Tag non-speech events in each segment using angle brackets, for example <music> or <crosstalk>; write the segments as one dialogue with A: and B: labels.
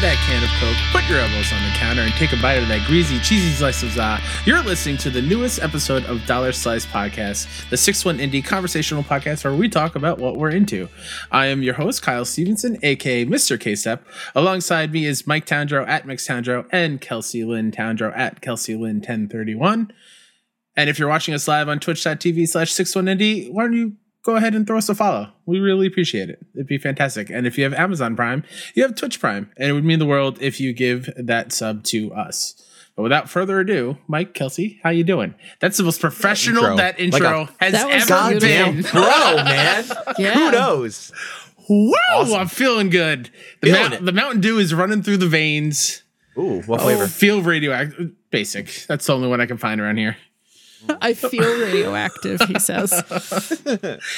A: Coke, put your elbows on the counter, and take a bite of that greasy, cheesy slice of za. You're listening to the newest episode of Dollar Slice Podcast, the 6 1 indie conversational podcast where we talk about what we're into. I am your host, Kyle Stevenson, aka Mr. KSEP. E Alongside me is Mike Towndrow at Mix Towndrow and Kelsey Lynn Towndrow at Kelsey Lynn 1031. And if you're watching us live on twitch.tv slash 61indie, why don't you go ahead and throw us a follow? We really appreciate it. It'd be fantastic. And if you have Amazon Prime, you have Twitch Prime. And it would mean the world if you give that sub to us. But without further ado, Mike, Kelsey, how you doing? That's the most professional
B: intro. Like
A: that
B: a-
A: intro has
C: That was
A: ever
C: beautiful.
A: been.
B: pro, man.
C: Yeah.
B: Who knows?
A: Woo! I'm feeling good. The,
B: Feeling
A: mount-
B: it.
A: the Mountain Dew is running through the veins.
B: Ooh,
A: Oh.
B: what flavor?
A: Feel radioactive. Basic. That's the only one I can find around here.
C: I feel radioactive, he <laughs> says.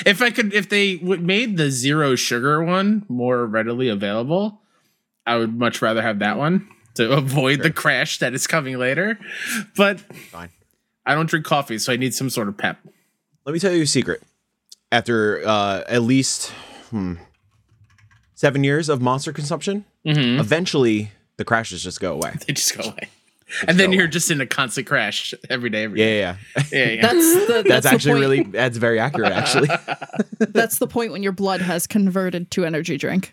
A: If I could, if they would made the zero sugar one more readily available, I would much rather have that one to <laughs> avoid the crash that is coming later. But
B: Fine.
A: I don't drink coffee, so I need some sort of pep. <laughs>
B: Let me tell you a secret. After uh, at least hmm, seven years of monster consumption, eventually the crashes just go away.
A: They just go away, and then
B: go
A: you're
B: away.
A: just in a constant crash every day. Every
B: Yeah,
A: day.
B: yeah. yeah.
A: yeah, yeah.
C: That's the,
B: That's,
C: that's, the
B: actually
C: point.
B: really that's very accurate. Actually,
C: That's the point when your blood has converted to energy drink.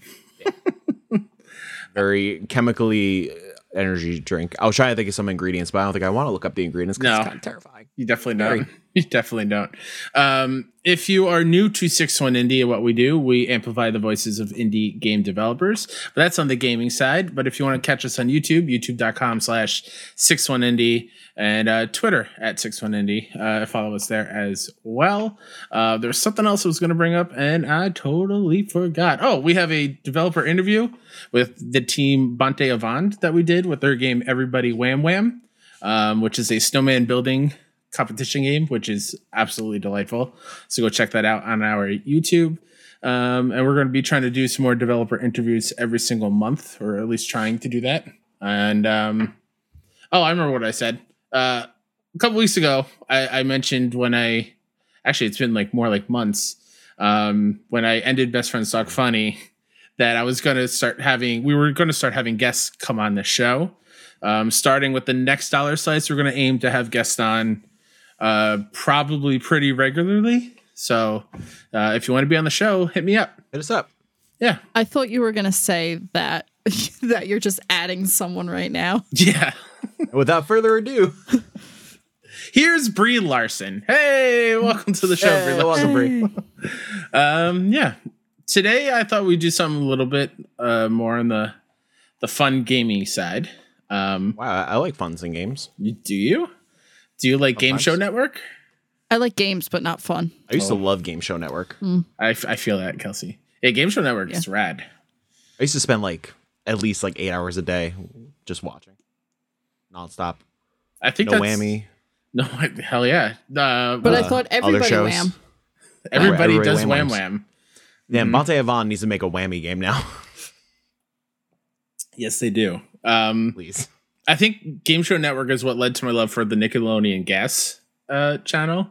B: very chemically uh, energy drink. I was trying to think of some ingredients, but I don't think I want to look up the ingredients. 'cause
A: No.
B: it's kind of terrifying.
A: You definitely don't. <laughs> You definitely don't. Um, if you are new to 61 Indie, what we do, we amplify the voices of indie game developers. But that's on the gaming side. But if you want to catch us on YouTube, youtube.com slash 61 Indie and uh, Twitter at 61 Indie. Uh, follow us there as well. Uh, There's something else I was going to bring up, and I totally forgot. Oh, we have a developer interview with the team Bonte Avant that we did with their game Everybody Wham Wham um, which is a snowman building competition game, which is absolutely delightful. So go check that out on our YouTube. Um, and we're going to be trying to do some more developer interviews every single month, or at least trying to do that. And um, oh, I remember what I said. Uh, a couple weeks ago, I, I mentioned when I actually it's been like more like months um, when I ended Best Friends Talk Funny that I was going to start having we were going to start having guests come on the show. Um, starting with the next dollar slice, we're going to aim to have guests on uh, probably pretty regularly. So uh, if you want to be on the show, hit me up.
B: Hit us up.
A: Yeah, <laughs>
C: I thought you were going to say that <laughs> that you're just adding someone right now.
A: yeah.
B: Without further ado,
A: Here's Brie Larson. Hey, welcome to the show, Brie
B: Hey,
A: Larson.
B: welcome, Brie.
A: Um, yeah. Today I thought we'd do something a little bit uh, more on the the fun gaming side. Um,
B: Wow, I I like funs and games.
A: you- do you? Do you like Game Show
B: Sometimes.
A: Network?
C: I like games, but not fun.
B: I used to love Game Show Network.
A: I, f- I feel that, Kelsey. Yeah, Game Show Network is rad.
B: I used to spend like at least like eight hours a day just watching nonstop.
A: I think
B: No
A: that's,
B: whammy.
A: <laughs> No, hell yeah. Uh,
C: But I
A: well,
C: thought
B: other
C: everybody
B: shows.
C: wham.
A: everybody
B: everybody
A: does wham
B: wham-whams.
A: wham.
B: Yeah, Monte Avon needs to make a whammy game now, <laughs>
A: Yes, they do. Um,
B: please.
A: I think Game Show Network is what led to my love for the Nickelodeon Gas uh, channel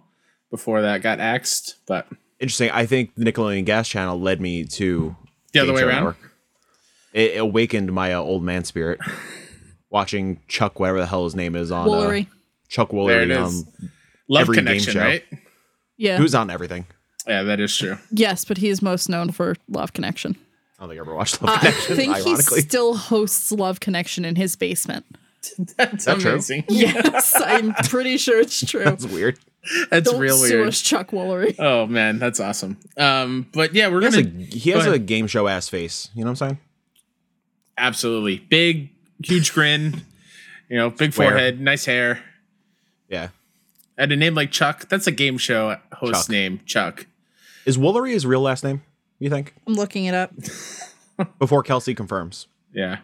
A: before that got axed. But
B: Interesting. I think the Nickelodeon Gas Channel led me to
A: the other
B: Game
A: way
B: Show
A: around.
B: Network. It it awakened my uh, old man spirit. Watching Chuck, whatever the hell his name is, on uh,
C: Woolery.
B: Chuck
A: There it
B: Woolery.
A: is.
B: Um,
A: Love
B: Every game
A: Connection,
B: show.
A: right?
C: Yeah.
B: who's on everything?
A: Yeah, that is true. <laughs>
C: yes, but he is most known for Love Connection.
B: I don't think I ever watched
A: Uh,
B: Love
C: I
B: Connection.
C: think he
B: ironically,
C: still hosts Love Connection in his <laughs> basement.
A: That's
B: that true? <laughs>
A: amazing.
C: Yes, I'm pretty sure it's true.
B: it's weird.
A: That's
C: Don't
A: real
C: sue
A: weird.
C: us, Chuck Woolery.
A: Oh man, that's awesome. Um, but yeah, we're
B: He has
A: gonna
B: a he has
A: ahead.
B: a game show ass face. You know what I'm saying?
A: absolutely big, huge grin. You know, big
B: Swear.
A: forehead, nice hair,
B: Yeah.
A: and a name like Chuck. That's a game show host
B: Chuck.
A: name, Chuck.
B: Is Woolery his real last name? You think?
C: I'm looking it up.
B: Before Kelsey confirms.
A: Yeah.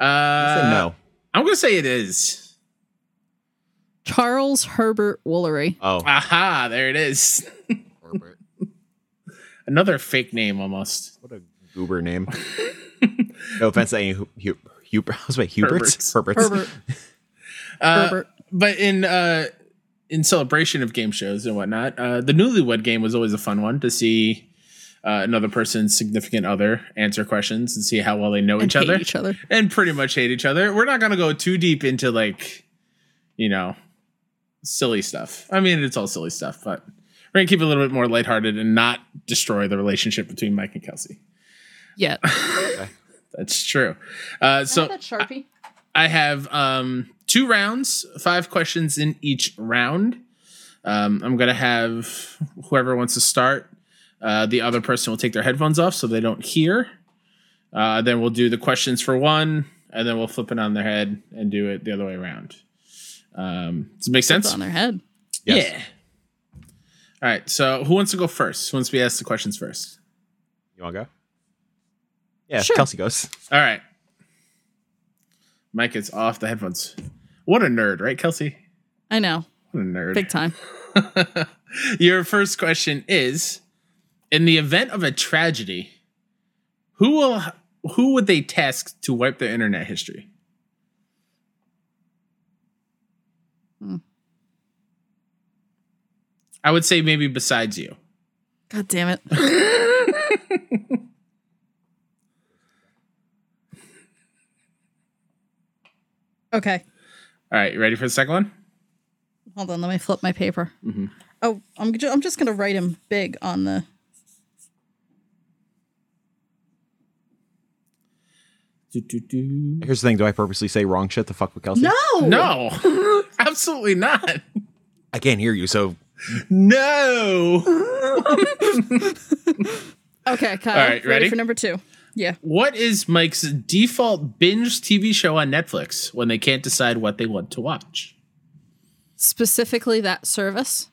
B: I
A: Uh,
B: said no.
A: I'm gonna say it is.
C: Charles Herbert Woolery.
B: Oh,
A: Aha, there it is. <laughs>
B: Herbert.
A: Another fake name almost.
B: What a goober name. no offense to any Hu- Hu- Huber. I was like, Huberts?
A: Herberts.
B: Herberts.
C: Herbert.
A: Uh,
C: Herbert.
A: But in uh in celebration of game shows and whatnot, uh the newlywed game was always a fun one to see uh, another person's significant other, answer questions, and see how well they know
C: and
A: each other,
C: hate each other.
A: and pretty much hate each other. We're not gonna go too deep into like, you know, silly stuff. I mean, it's all silly stuff, but we're gonna keep it a little bit more lighthearted and not destroy the relationship between Mike and Kelsey.
C: Yet.
A: That's true. Uh, <laughs> so
C: Sharpie.
A: I have um, two rounds, five questions in each round. Um, I'm going to have whoever wants to start, uh, the other person will take their headphones off so they don't hear. Uh, then we'll do the questions for one, and then we'll flip it on their head and do it the other way around. Um, does it make
C: It's
A: sense?
C: on their head.
B: Yes.
A: Yeah. All right. So who wants to go first? Who wants to be asked the questions first?
B: You want to go? Yeah,
C: Sure.
B: Kelsey goes.
A: All right. Mike is off the headphones. What a nerd, right, Kelsey?
C: I know.
A: What a nerd.
C: Big time.
A: <laughs> Your first question is in the event of a tragedy, who will who would they task to wipe their internet history?
C: Hmm.
A: I would say maybe besides you.
C: God damn it. <laughs> okay.
A: All right, you ready for the second one?
C: Hold on. Let me flip my paper.
A: Mm-hmm.
C: Oh, I'm, ju- I'm just going to write him big on the.
A: Do, do, do.
B: Here's the thing. Do I purposely say wrong shit to fuck with Kelsey?
C: No!
A: No, <laughs> absolutely not.
B: I can't hear you, so
A: No.
C: Okay, Kyle.
A: All right, ready?
C: for number two? Yeah.
A: <laughs> What is Mike's default binge TV show on Netflix when they can't decide what they want to watch?
C: Specifically that service.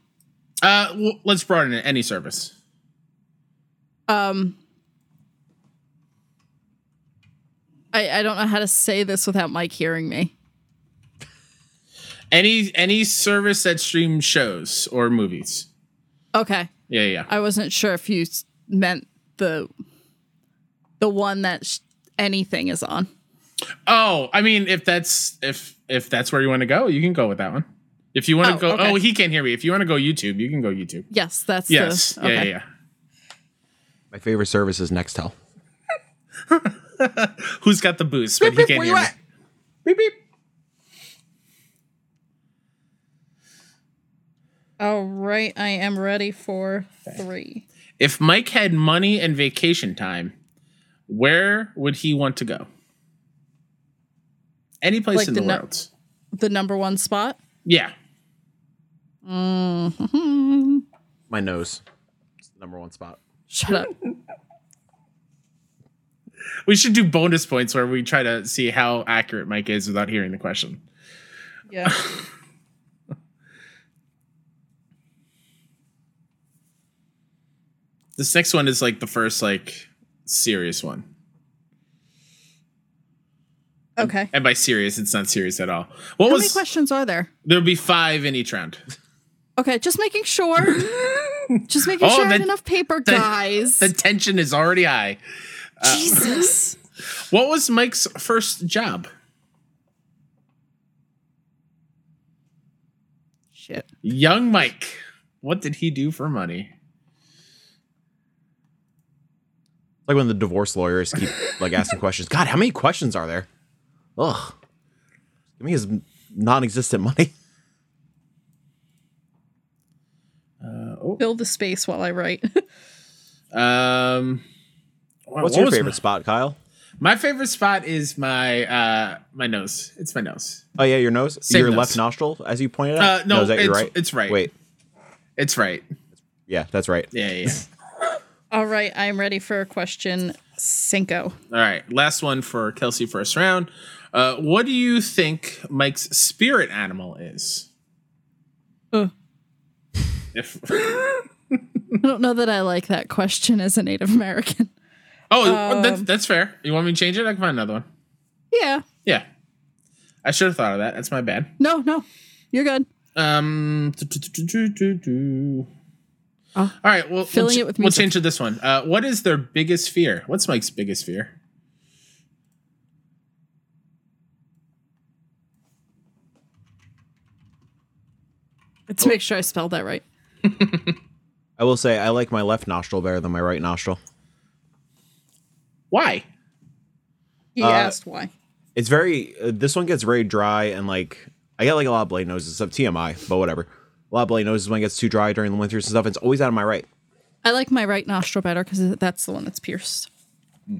A: Uh, w let's broaden it. Any service.
C: Um. I, I don't know how to say this without Mike hearing me.
A: Any any service that streams shows or movies.
C: Okay.
A: Yeah, yeah. yeah.
C: I wasn't sure if you s- meant the the one that sh- anything is on.
A: Oh, I mean, if that's if if that's where you want to go, you can go with that one. If you want to
C: Oh,
A: go,
C: okay.
A: oh, he can't hear me. If you want to go YouTube, you can go YouTube.
C: Yes, that's the-
A: Yes. Yeah, yeah, yeah.
B: my favorite service is Nextel.
A: Who's got the boost? But he can't hear me.
B: Beep beep.
C: All right, I am ready for three.
A: If Mike had money and vacation time, where would he want to go? Any place
C: Like
A: in
C: the
A: the,
C: nu-
A: world.
C: The number one spot.
A: Yeah.
B: My nose. It's the number one spot.
C: Shut <laughs> up.
A: We should do bonus points where we try to see how accurate Mike is without hearing the question.
C: Yeah.
A: This next one is like the first like serious one.
C: Okay.
A: And by serious, it's not serious at all. What
C: How many
A: was
C: questions are there?
A: there'll be five in each round. <laughs>
C: Okay, just making sure. just making
A: Oh,
C: sure I
A: the-
C: had enough paper, guys.
A: The tension is already high. uh, <laughs>
C: Jesus.
A: What was Mike's first job?
C: Shit.
A: Young Mike. What did he do for money?
B: It's like when the divorce lawyers keep like asking questions. God, how many questions are there? Ugh. Give me his non-existent money.
A: Uh, oh.
C: Fill the space while I write. <laughs>
A: Um, what-
B: What's
A: what
B: your
A: was
B: favorite
A: My,
B: spot, Kyle?
A: my favorite spot is my uh my nose. It's my nose.
B: Oh yeah, your nose,
A: Same
B: your
A: nose.
B: left nostril, as you pointed
A: Uh,
B: out.
A: no,
B: is that your
A: it's,
B: right?
A: it's right.
B: Wait,
A: it's right.
B: yeah, that's right.
A: Yeah, yeah.
B: <laughs>
A: yeah.
C: All right, I'm ready for question cinco.
A: All right, last one for Kelsey first round. Uh, what do you think Mike's spirit animal is?
C: Uh.
A: If <laughs> oh,
C: I don't know that I like that question as a Native American.
A: oh,
C: Um,
A: that's, that's fair. You want me to change it? I can find another one.
C: Yeah.
A: Yeah, I should have thought of that. That's my bad.
C: No, no. You're good.
A: Um. do, do, do, do, do, do.
C: Oh.
A: All right. Well,
C: Filling
A: we'll, ch-
C: it with
A: we'll
C: music.
A: change to this one. Uh, what is their biggest fear? What's Mike's biggest fear?
C: Let's make sure I spelled that right.
B: I will say I like my left nostril better than my right nostril.
A: Why?
C: He
B: Uh,
C: asked why.
B: It's very. Uh, this one gets very dry and like I get like a lot of blade noses. Stuff TMI, but whatever. A lot of blade noses when it gets too dry during the winters and stuff. It's always out of my right.
C: I like my right nostril better because that's the one that's pierced.
B: Hmm.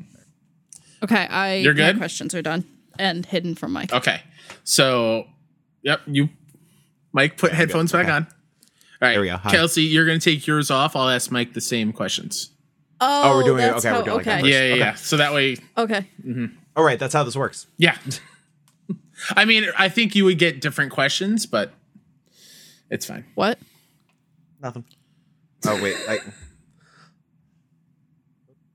C: Okay, I
A: You're
C: my
A: good?
C: questions are done and hidden from
B: Oh,
C: Mike.
A: Okay. So, yep, you, Mike, put headphones back
B: Okay.
A: on. All right.
B: There we go. Hi.
A: Kelsey, you're going to take yours off. I'll ask Mike the same questions.
C: Oh,
B: we're doing it-
C: that's
B: okay, we're
C: how-
B: doing it like
C: okay.
B: that.
A: Yeah, yeah,
B: Okay.
A: yeah. So that way,
C: Okay.
B: All Oh, right, that's how this works.
A: yeah. <laughs> I mean, I think you would get different questions, but it's fine.
B: <laughs>
C: What?
B: Nothing. Oh wait, I,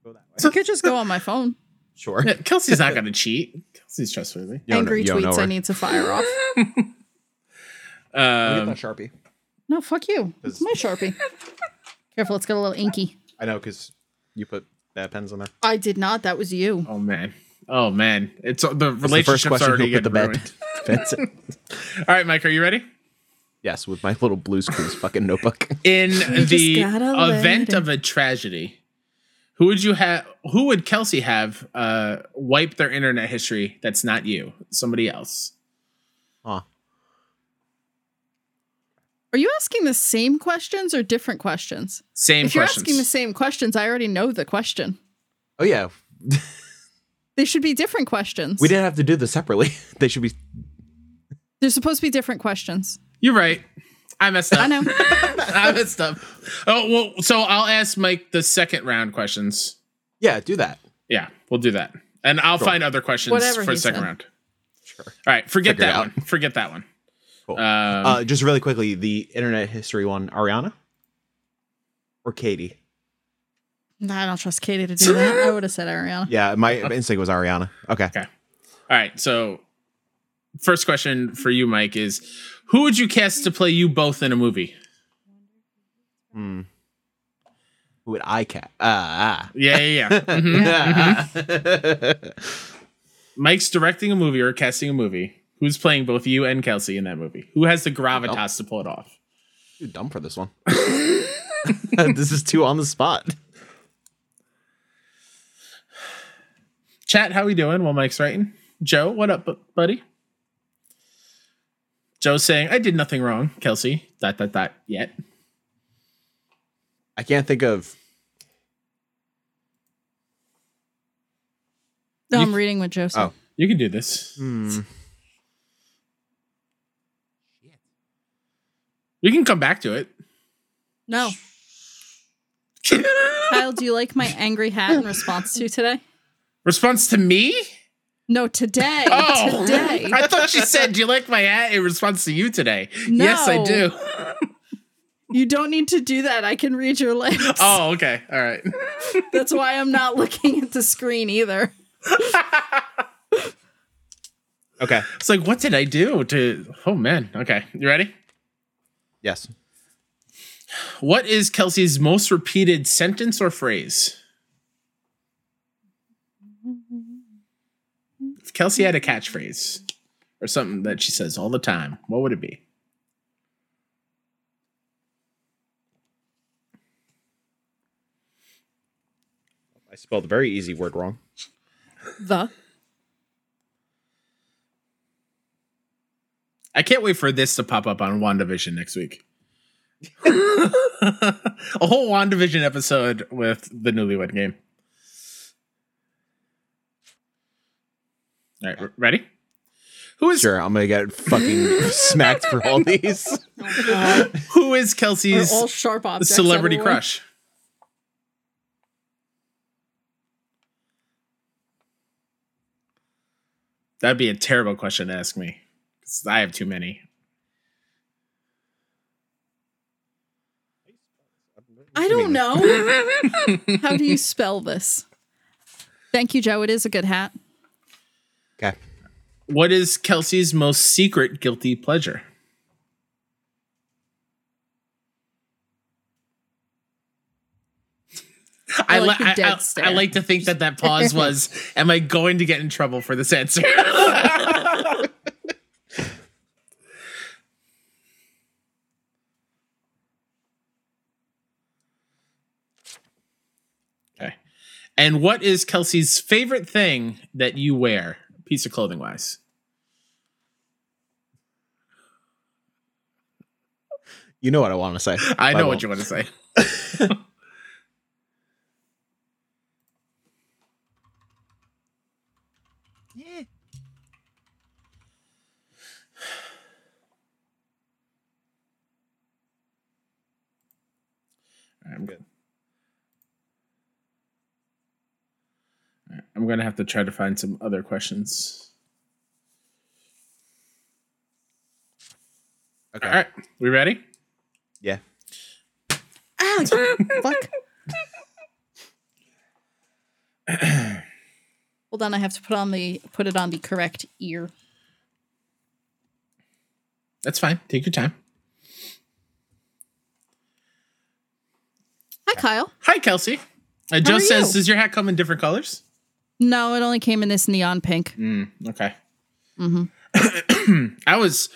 B: <laughs>
C: I could just go on my phone.
B: sure.
A: Yeah, Kelsey's not going to cheat. Kelsey's trustworthy.
B: You don't know-
C: Angry
B: you don't know
C: tweets I
B: her.
C: need to
B: <laughs>
C: fire off.
B: Let me
A: Um,
B: get that sharpie.
C: No, fuck you. It's my Sharpie. Careful, it's got a little inky.
B: I know because you put bad pens in there.
C: I did not. That was you.
A: oh, man. Oh, man. It's the
B: the first
A: relationship's
B: question,
A: already
B: who put
A: getting
B: the bed
A: ruined. <laughs>
B: pens in?
A: All right, Mike, are you ready?
B: <laughs> Yes, with my little Blue's Clues fucking
A: <laughs>
B: notebook.
C: <laughs>
A: in the
C: gotta let
A: event
C: it-
A: of a tragedy, who would you have? Who would Kelsey have uh, wipe their internet history? That's not you. Somebody else.
B: Huh.
C: Are you asking the same questions or different questions?
A: Same
C: if you're
A: questions.
C: asking the same questions, I already know the question.
B: Oh yeah,
C: They should be different questions.
B: we didn't have to do this separately. <laughs> they should be.
C: They're supposed to be different questions.
A: You're right. I messed up.
C: I know.
A: <laughs> I messed up. Oh well. So I'll ask Mike the second round questions.
B: Yeah, do that.
A: Yeah, we'll do that, and I'll find other questions
C: Whatever
A: for
C: he
A: the second
C: said.
A: round. All right. Forget
B: Figure it
A: that one.
B: out.
A: Forget that one.
B: Cool.
A: Um,
B: uh, just really quickly, the internet history one, Ariana or Katie?
C: Nah, I don't trust Katie to do that. I would have said
A: <laughs>
C: Ariana.
B: Yeah, my <laughs> instinct was Ariana. Okay.
A: Okay. All right. So, first question for you, Mike, is who would you cast to play you both in a movie?
B: Hmm. Who would I cat? Ah.
A: Yeah, yeah, yeah. Mhm.
B: ah.
A: Mike's directing a movie or casting a movie. Who's playing both you and Kelsey in that movie? Who has the gravitas to pull it off?
B: Too dumb for this one. <laughs> this is too on the spot.
A: Chat, how we doing while Mike's writing? Joe, what up, bu- buddy? Joe's saying, I did nothing wrong, Kelsey. Dot, dot, dot, yet.
B: I can't think of.
C: No, I'm
A: You-
C: reading with
B: Oh.
C: Joseph.
A: You can do this.
B: Hmm.
A: We can come back to it. <laughs>
C: No. Kyle, do you like my angry hat in response to today?
A: Response to me?
C: No, today.
A: Oh,
C: <laughs> Today.
A: <laughs> I thought she said, "Do you like my hat?" In response to you today,
C: No.
A: yes, I do.
C: You don't need to do that. I can read your lips.
A: Oh, okay, all right.
C: That's why I'm not looking at the screen either.
B: Okay.
A: It's like, what did I do to? Oh man, okay, you ready?
B: Yes.
A: What is Kelsey's most repeated sentence or phrase? If Kelsey had a catchphrase or something that she says all the time, what would it be?
B: I spelled a very easy word wrong.
C: The.
A: I can't wait for this to pop up on WandaVision next week. a whole WandaVision episode with the newlywed game. All right, re- ready? Who is
B: Sure, I'm gonna get <laughs> fucking smacked for all these.
C: Oh,
A: <laughs> who is
C: We're
A: Kelsey's
C: all sharp objects.
A: celebrity
C: everyone.
A: crush? That'd be a terrible question to ask me 'cause I have too many.
C: I don't know.
A: <laughs>
C: How do you spell this? Thank you, Joe. It is a good hat.
B: Okay.
A: What is Kelsey's most secret guilty pleasure? I,
C: I like
A: li-
C: the
A: I-
C: dead
A: I-
C: stare.
A: I like to think that that
C: <laughs>
A: pause was, am I going to get in trouble for this answer? And what is Kelsey's favorite thing that you wear, piece of clothing wise?
B: You know what I want to say.
A: I
B: but
A: know
B: won't.
A: what you want to <sighs> say. I'm good. All right, I'm gonna have to try to find some other questions.
B: Okay.
A: All right, we ready?
B: Yeah.
C: Ow, you <clears throat> fuck. Hold on, I have to put on the put it on the correct ear.
A: That's fine. Take your time.
C: Hi, Kyle.
A: Hi, Kelsey. Uh, Joe
C: are
A: says,
C: you?
A: "Does your hat come in different colors?"
C: No, it only came in this neon pink.
A: Mm, okay.
C: Mm-hmm.
A: <clears throat> I was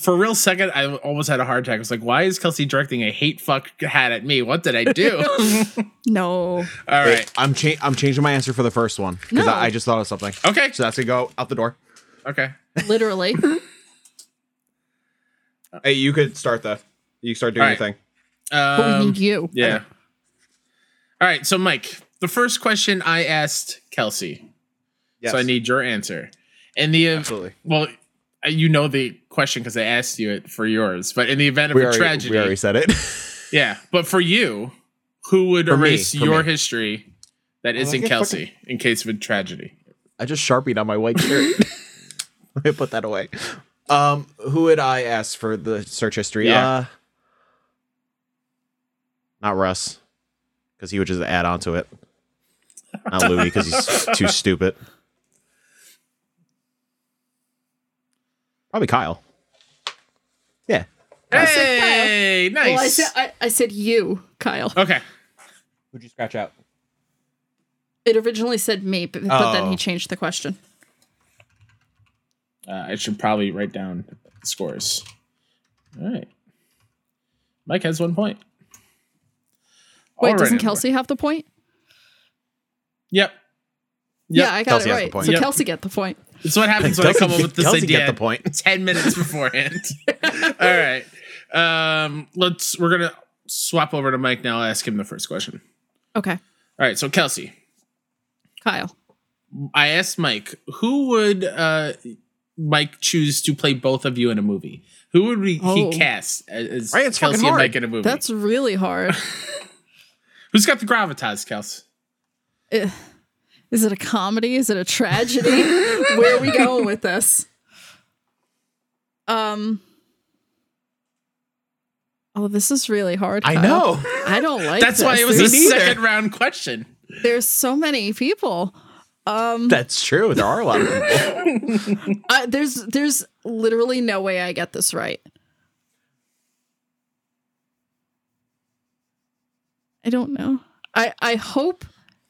A: for a real second. I almost had a heart attack. I was like, "Why is Kelsey directing a hate fuck hat at me? What did I
C: <laughs>
A: do?" <laughs>
C: No.
A: All
B: Wait,
A: right.
B: I'm cha- I'm changing my answer for the first one because
C: No.
B: I, I just thought of something.
A: Okay.
B: So that's gonna go out the door.
A: Okay. <laughs>
C: Literally.
B: Hey, you could start the. You can start doing
A: All
B: your thing.
C: but we
A: Um,
C: need you.
A: yeah. All right. So, Mike, the first question I asked Kelsey.
B: Yes.
A: So I need your answer. And the ev-
B: Absolutely.
A: well, uh, you know the question because I asked you it for yours. But in the event of
B: We
A: a
B: already,
A: tragedy,
B: we already said it.
A: yeah. But for you, who would
B: For me,
A: erase
B: for
A: your
B: me.
A: history that isn't
B: get
A: Kelsey in case of a tragedy?
B: I just sharpied on my white <laughs> shirt. I put that away. Um, who would I ask for the search history?
A: Yeah.
B: Uh, not Russ, because he would just add on to it. Not Louis, because he's <laughs> too stupid. Probably Kyle. Yeah.
C: said Kyle.
A: Hey, nice.
C: Well, I said I, I said you, Kyle.
A: okay.
B: Would you scratch out?
C: It originally said me, but, but then
B: Oh.
C: he changed the question.
A: Uh, I should probably write down the scores. All right. Mike has one point. All
C: Wait,
A: right,
C: doesn't
A: everyone.
C: Kelsey have the point?
A: Yep.
C: Yeah, I got
B: Kelsey
C: it
B: has the
C: right.
B: point.
C: So
A: Yep.
C: Kelsey get the point.
A: It's what happens when I
B: Kelsey
A: come up
B: get-
A: with this
B: Kelsey
A: idea
B: get the point.
A: <laughs> ten minutes
B: <laughs>
A: beforehand. All right. Um, let's. We're gonna swap over to Mike now. I'll ask him the first question.
C: Okay.
A: All right. So Kelsey,
C: Kyle.
A: I asked Mike, who would uh, Mike choose to play both of you in a movie? Who would we,
C: Oh.
A: he cast as- as
B: Right, it's fucking
A: Kelsey and
B: hard.
A: Mike in a movie?
C: That's really hard.
A: Who's got the gravitas, Kelsey?
C: Eh, Is it a comedy? Is it a tragedy? Where are we going with this? Um. Oh, this is really hard.
B: I
C: Kyle.
B: know. <laughs>
C: I don't like.
A: That's why
C: this.
A: it was a
C: There's-
B: Me neither.
A: second round question.
C: There's so many people. Um,
B: That's true. There are a lot of people.
C: I, there's there's literally no way I get this right. I don't know. I I hope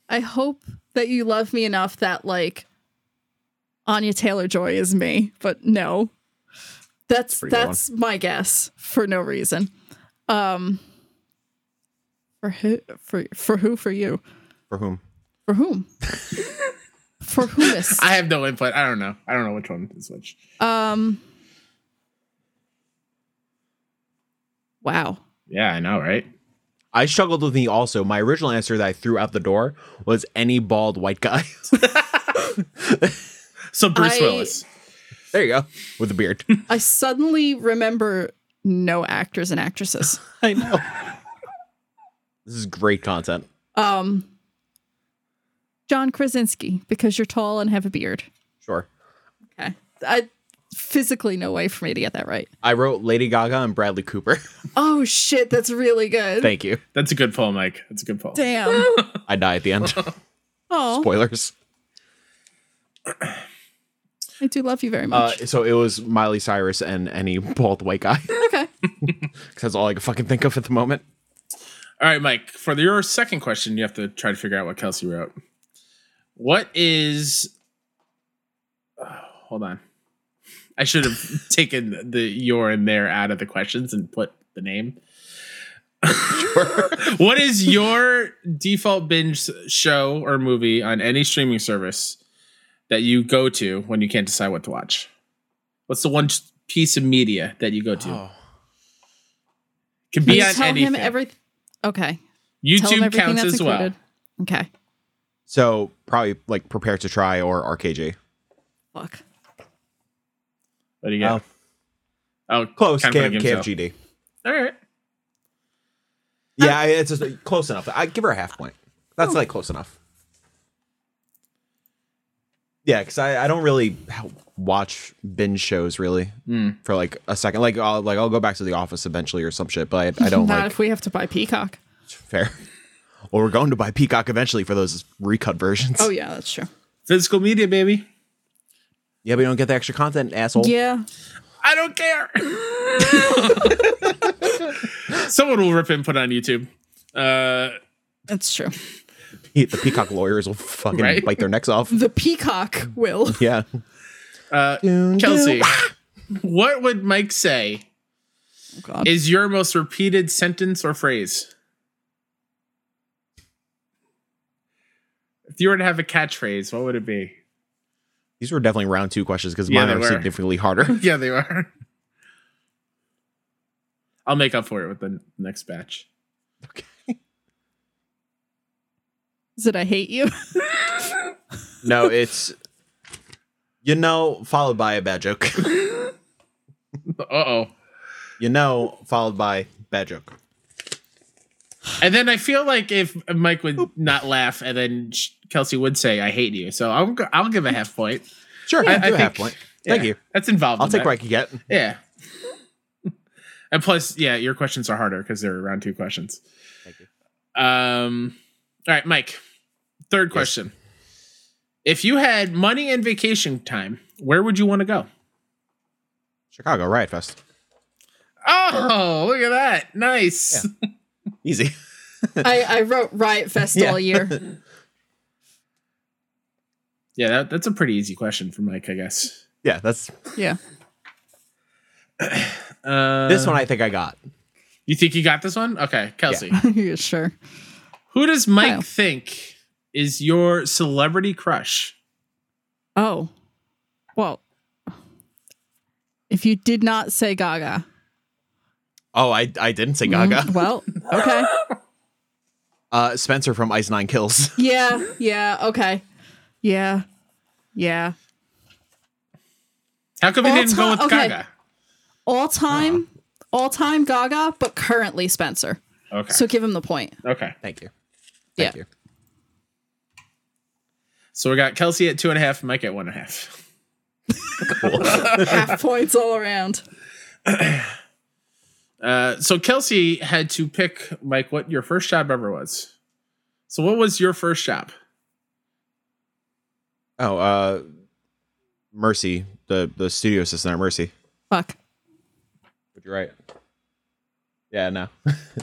C: I hope that you love me enough that like Anya Taylor Joy is me, but no. That's
B: pretty good one.
C: that's my guess for no reason. Um for who for for who for you?
B: <laughs> For whom?
C: For whom? for whomest?
A: I have no input. I don't know. I don't know which one is which.
C: Um. Wow.
A: Yeah, I know, right?
B: I struggled with me also. My original answer that I threw out the door was any bald white guy.
A: So Bruce
C: I-
A: Willis.
B: there you go. With a beard.
C: I suddenly remember no actors and actresses.
B: <laughs> I know. This is great content.
C: Um. John Krasinski, because you're tall and have a beard.
B: Sure.
C: Okay. I physically no way for me to get that right.
B: I wrote Lady Gaga and Bradley Cooper. <laughs>
C: Oh shit, that's really good.
B: Thank you.
A: That's a good poll, Mike. That's a good poll.
C: Damn.
B: I die at the <laughs> end.
C: Oh,
B: Spoilers.
C: I do love you very
B: Uh,
C: much.
B: so it was Miley Cyrus and any bald white guy. <laughs>
C: okay.
B: 'Cause that's all I could fucking think of at the moment. <laughs>
A: All right, Mike. For your second question, you have to try to figure out what Kelsey wrote. What is? Oh, hold on. I <laughs> should have taken the your and their out of the questions and put the name.
B: <laughs>
A: What is your default binge show or movie on any streaming service that you go to when you can't decide what to watch? What's the one piece of media that you go to?
B: Oh.
A: Can be
C: You
A: on
C: tell
A: anything.
C: him every. Okay. Tell him
A: YouTube
C: everything
A: counts
C: that's
A: as well.
C: included. Okay.
B: So probably like prepare to try or RKJ.
C: Fuck.
A: What do you got? Oh,
B: Close.
A: kind of
B: Cam,
A: like
B: Cam
A: himself.
B: GD.
A: All right.
B: Yeah, I- it's just, close enough. I give her a half point. That's
A: Oh.
B: like close enough. Yeah, because I, I don't really watch binge shows really
A: Hmm.
B: for like a second. Like I'll like I'll go back to the office eventually or some shit, but I, I don't
C: Not
A: <laughs>
B: like
C: if we have to buy Peacock.
B: fair. Well, we're going to buy Peacock eventually for those recut versions.
C: Oh yeah, that's true.
A: Physical media, baby.
B: yeah, but you don't get the extra content, asshole.
C: Yeah.
A: I don't care. <laughs> Someone will rip and put on YouTube. Uh,
C: That's true.
B: Pe- <laughs> The Peacock lawyers will fucking
A: Right?
B: bite their necks
A: <laughs>
B: off.
C: <laughs> The peacock will.
B: Yeah.
A: uh,
B: Dun,
A: Kelsey,
B: dun.
A: what would Mike say
C: Oh, God.
A: is your most repeated sentence or phrase? If you were to have a catchphrase, what would it be?
B: These were definitely round two questions because
A: Yeah,
B: mine
A: they
B: are
A: were.
B: significantly harder.
A: Yeah, they are. I'll make up for it with the n- next batch.
C: Is it I hate you?
B: No, it's <laughs> you know, followed by a bad joke. <laughs>
A: Uh oh.
B: You know, followed by bad joke.
A: And then I feel like if Mike would not laugh, and then sh- Kelsey would say, "I hate you," so I'll g- I'll give a half point.
B: Sure, I,
A: I- I
B: do a half
A: think-
B: point. <laughs> Thank
A: Yeah,
B: you.
A: That's involved.
B: I'll
A: in
B: take
A: that.
B: what I can get.
A: Yeah. <laughs> and plus, yeah, your questions are harder because they're round two questions.
B: Thank you.
A: Um. All right, Mike. Third question: If you had money and vacation time, where would you want to go?
B: Chicago Riot Fest.
A: Oh, look at that! Nice.
B: Easy.
C: <laughs>
B: <laughs>
C: I, I wrote Riot Fest
B: Yeah.
C: all year.
A: <laughs> Yeah, that, that's a pretty easy question for Mike, I guess.
B: Yeah, that's
C: <laughs> Yeah. <laughs>
A: Uh,
B: this one I think I got.
A: you think you got this one? Okay, Kelsey.
C: yeah. Sure.
A: Who does Mike
C: Kyle.
A: think is your celebrity crush?
C: Oh. Well. If you did not say Gaga.
B: Oh, I I didn't say Gaga.
A: mm-hmm.
C: Mm, well. Okay.
B: Uh Spencer from Ice Nine Kills.
C: <laughs>
B: <laughs>
C: Yeah. Yeah. Okay. Yeah. Yeah.
A: How come he
C: All
A: didn't go
C: ti-
A: with
C: okay.
A: Gaga?
C: All time.
B: Uh-huh.
C: All time Gaga, but currently Spencer.
A: Okay.
C: So give him the point.
A: okay.
B: Thank you.
C: Yeah.
B: Thank you.
A: So we got Kelsey at two and a half, Mike at one and a half.
C: <laughs> Half points all around.
A: Uh, so Kelsey had to pick Mike what your first job ever was. So what was your first job?
B: Oh, uh Mercy, the the studio assistant at Mercy.
C: Fuck.
B: But you're right. Yeah, no.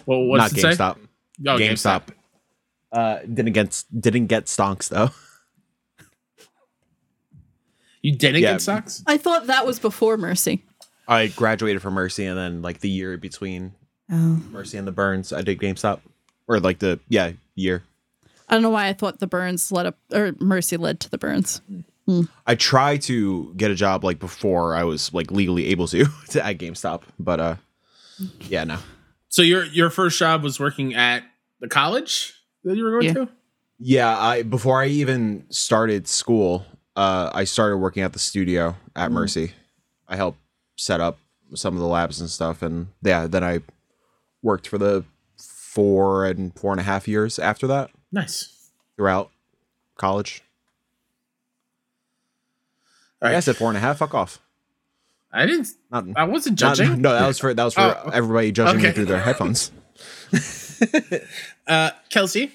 A: Well,
B: Not
A: what's it say?
B: GameStop.
A: Oh,
B: GameStop. Uh didn't get didn't get stonks though.
A: You didn't
B: Yeah.
A: get socks?
C: I thought that was before Mercy.
B: I graduated from Mercy, and then like the year between
C: Oh.
B: Mercy and the Burns, I did GameStop, or like the yeah year.
C: I don't know why I thought the burns led up or Mercy led to the burns.
B: I tried to get a job like before I was like legally able to, <laughs> to at GameStop, but uh, yeah, no,
A: So your your first job was working at the college that you were going
C: Yeah.
A: to?
B: yeah. I before I even started school, uh, I started working at the studio at Mercy. I helped set up some of the labs and stuff, and yeah, then I worked for the four and four and a half years after that
A: Nice.
B: throughout college.
A: All right.
B: Yeah, I said four and a half. Fuck off.
A: I didn't
B: Not,
A: I wasn't
B: not-
A: judging.
B: no, that was for that was for
A: Oh,
B: everybody judging me
A: okay.
B: through their headphones.
A: Uh Kelsey,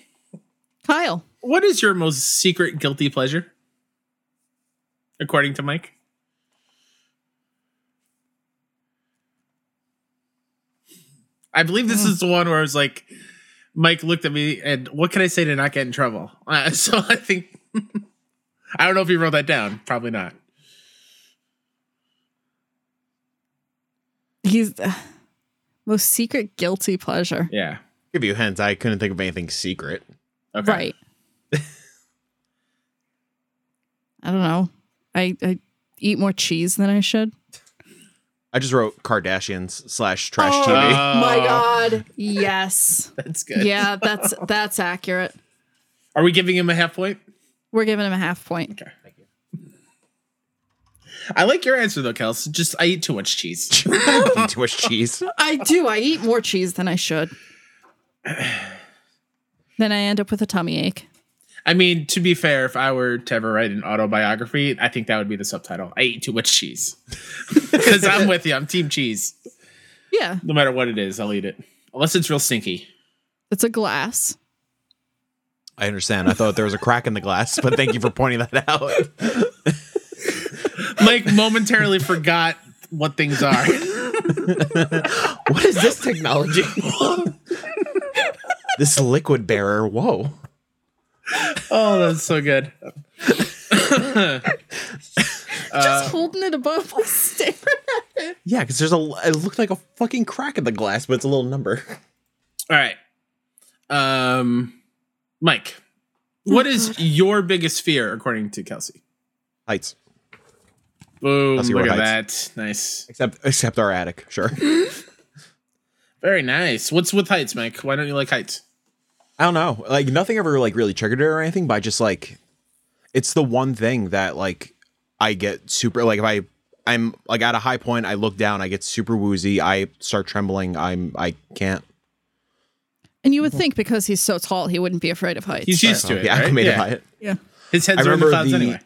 C: Kyle.
A: what is your most secret guilty pleasure? According to Mike. I believe this is the one where I was like, Mike looked at me and what can I say to not get in trouble? <laughs> Uh, so I think, <laughs> I don't know if he wrote that down. Probably not.
C: He's uh, Most secret guilty pleasure.
A: Yeah.
B: <laughs> Give you hints. I couldn't think of anything secret.
A: Okay.
C: Right. <laughs> I don't know. I, I eat more cheese than I should.
B: I just wrote Kardashians slash trash
C: Oh,
B: TV.
C: My
A: Oh.
C: God. Yes.
A: <laughs> That's good.
C: yeah, that's that's accurate.
A: Are we giving him a half point?
C: We're giving him a half point.
A: Okay. Thank you. I like your answer though, Kels. Just I eat too much cheese. <laughs>
B: <laughs> Too much cheese.
C: I do. I eat more cheese than I <sighs> should. then I end up with a tummy ache.
A: I mean, to be fair, if I were to ever write an autobiography, I think that would be the subtitle. I eat too much cheese. <laughs> Because I'm with you. I'm team cheese.
C: Yeah,
A: No matter what it is, I'll eat it. Unless it's real stinky.
C: it's a glass.
B: I understand. I thought there was a crack in the glass, but thank you for pointing that out.
A: Mike momentarily forgot what things are.
B: <laughs> What is this technology? <laughs> this liquid bearer. Whoa.
A: <laughs> Oh, that's so good.
B: Uh,
C: Just holding it above my stare.
B: Yeah, because there's a. It looked like a fucking crack in the glass, but it's a little number.
A: All right. Um Mike, what is your biggest fear according to Kelsey?
B: Heights,
A: Boom,
B: Kelsey
A: look at
B: Rohites.
A: that. Nice.
B: except except our attic. Sure. <laughs>
A: Very nice. What's with heights, Mike? Why don't you like heights?
B: I don't know. Like nothing ever like really triggered it or anything, but I just like it's the one thing that like I get super like if I I'm like at a high point, I look down, I get super woozy, I start trembling, I'm I can't
C: And you would think because he's so tall, he wouldn't be afraid of heights.
A: He's used to it.
B: be
A: right?
B: acclimated by it.
C: yeah.
A: His head's
B: I
A: are in the
B: remember
A: clouds
B: the-
A: anyway.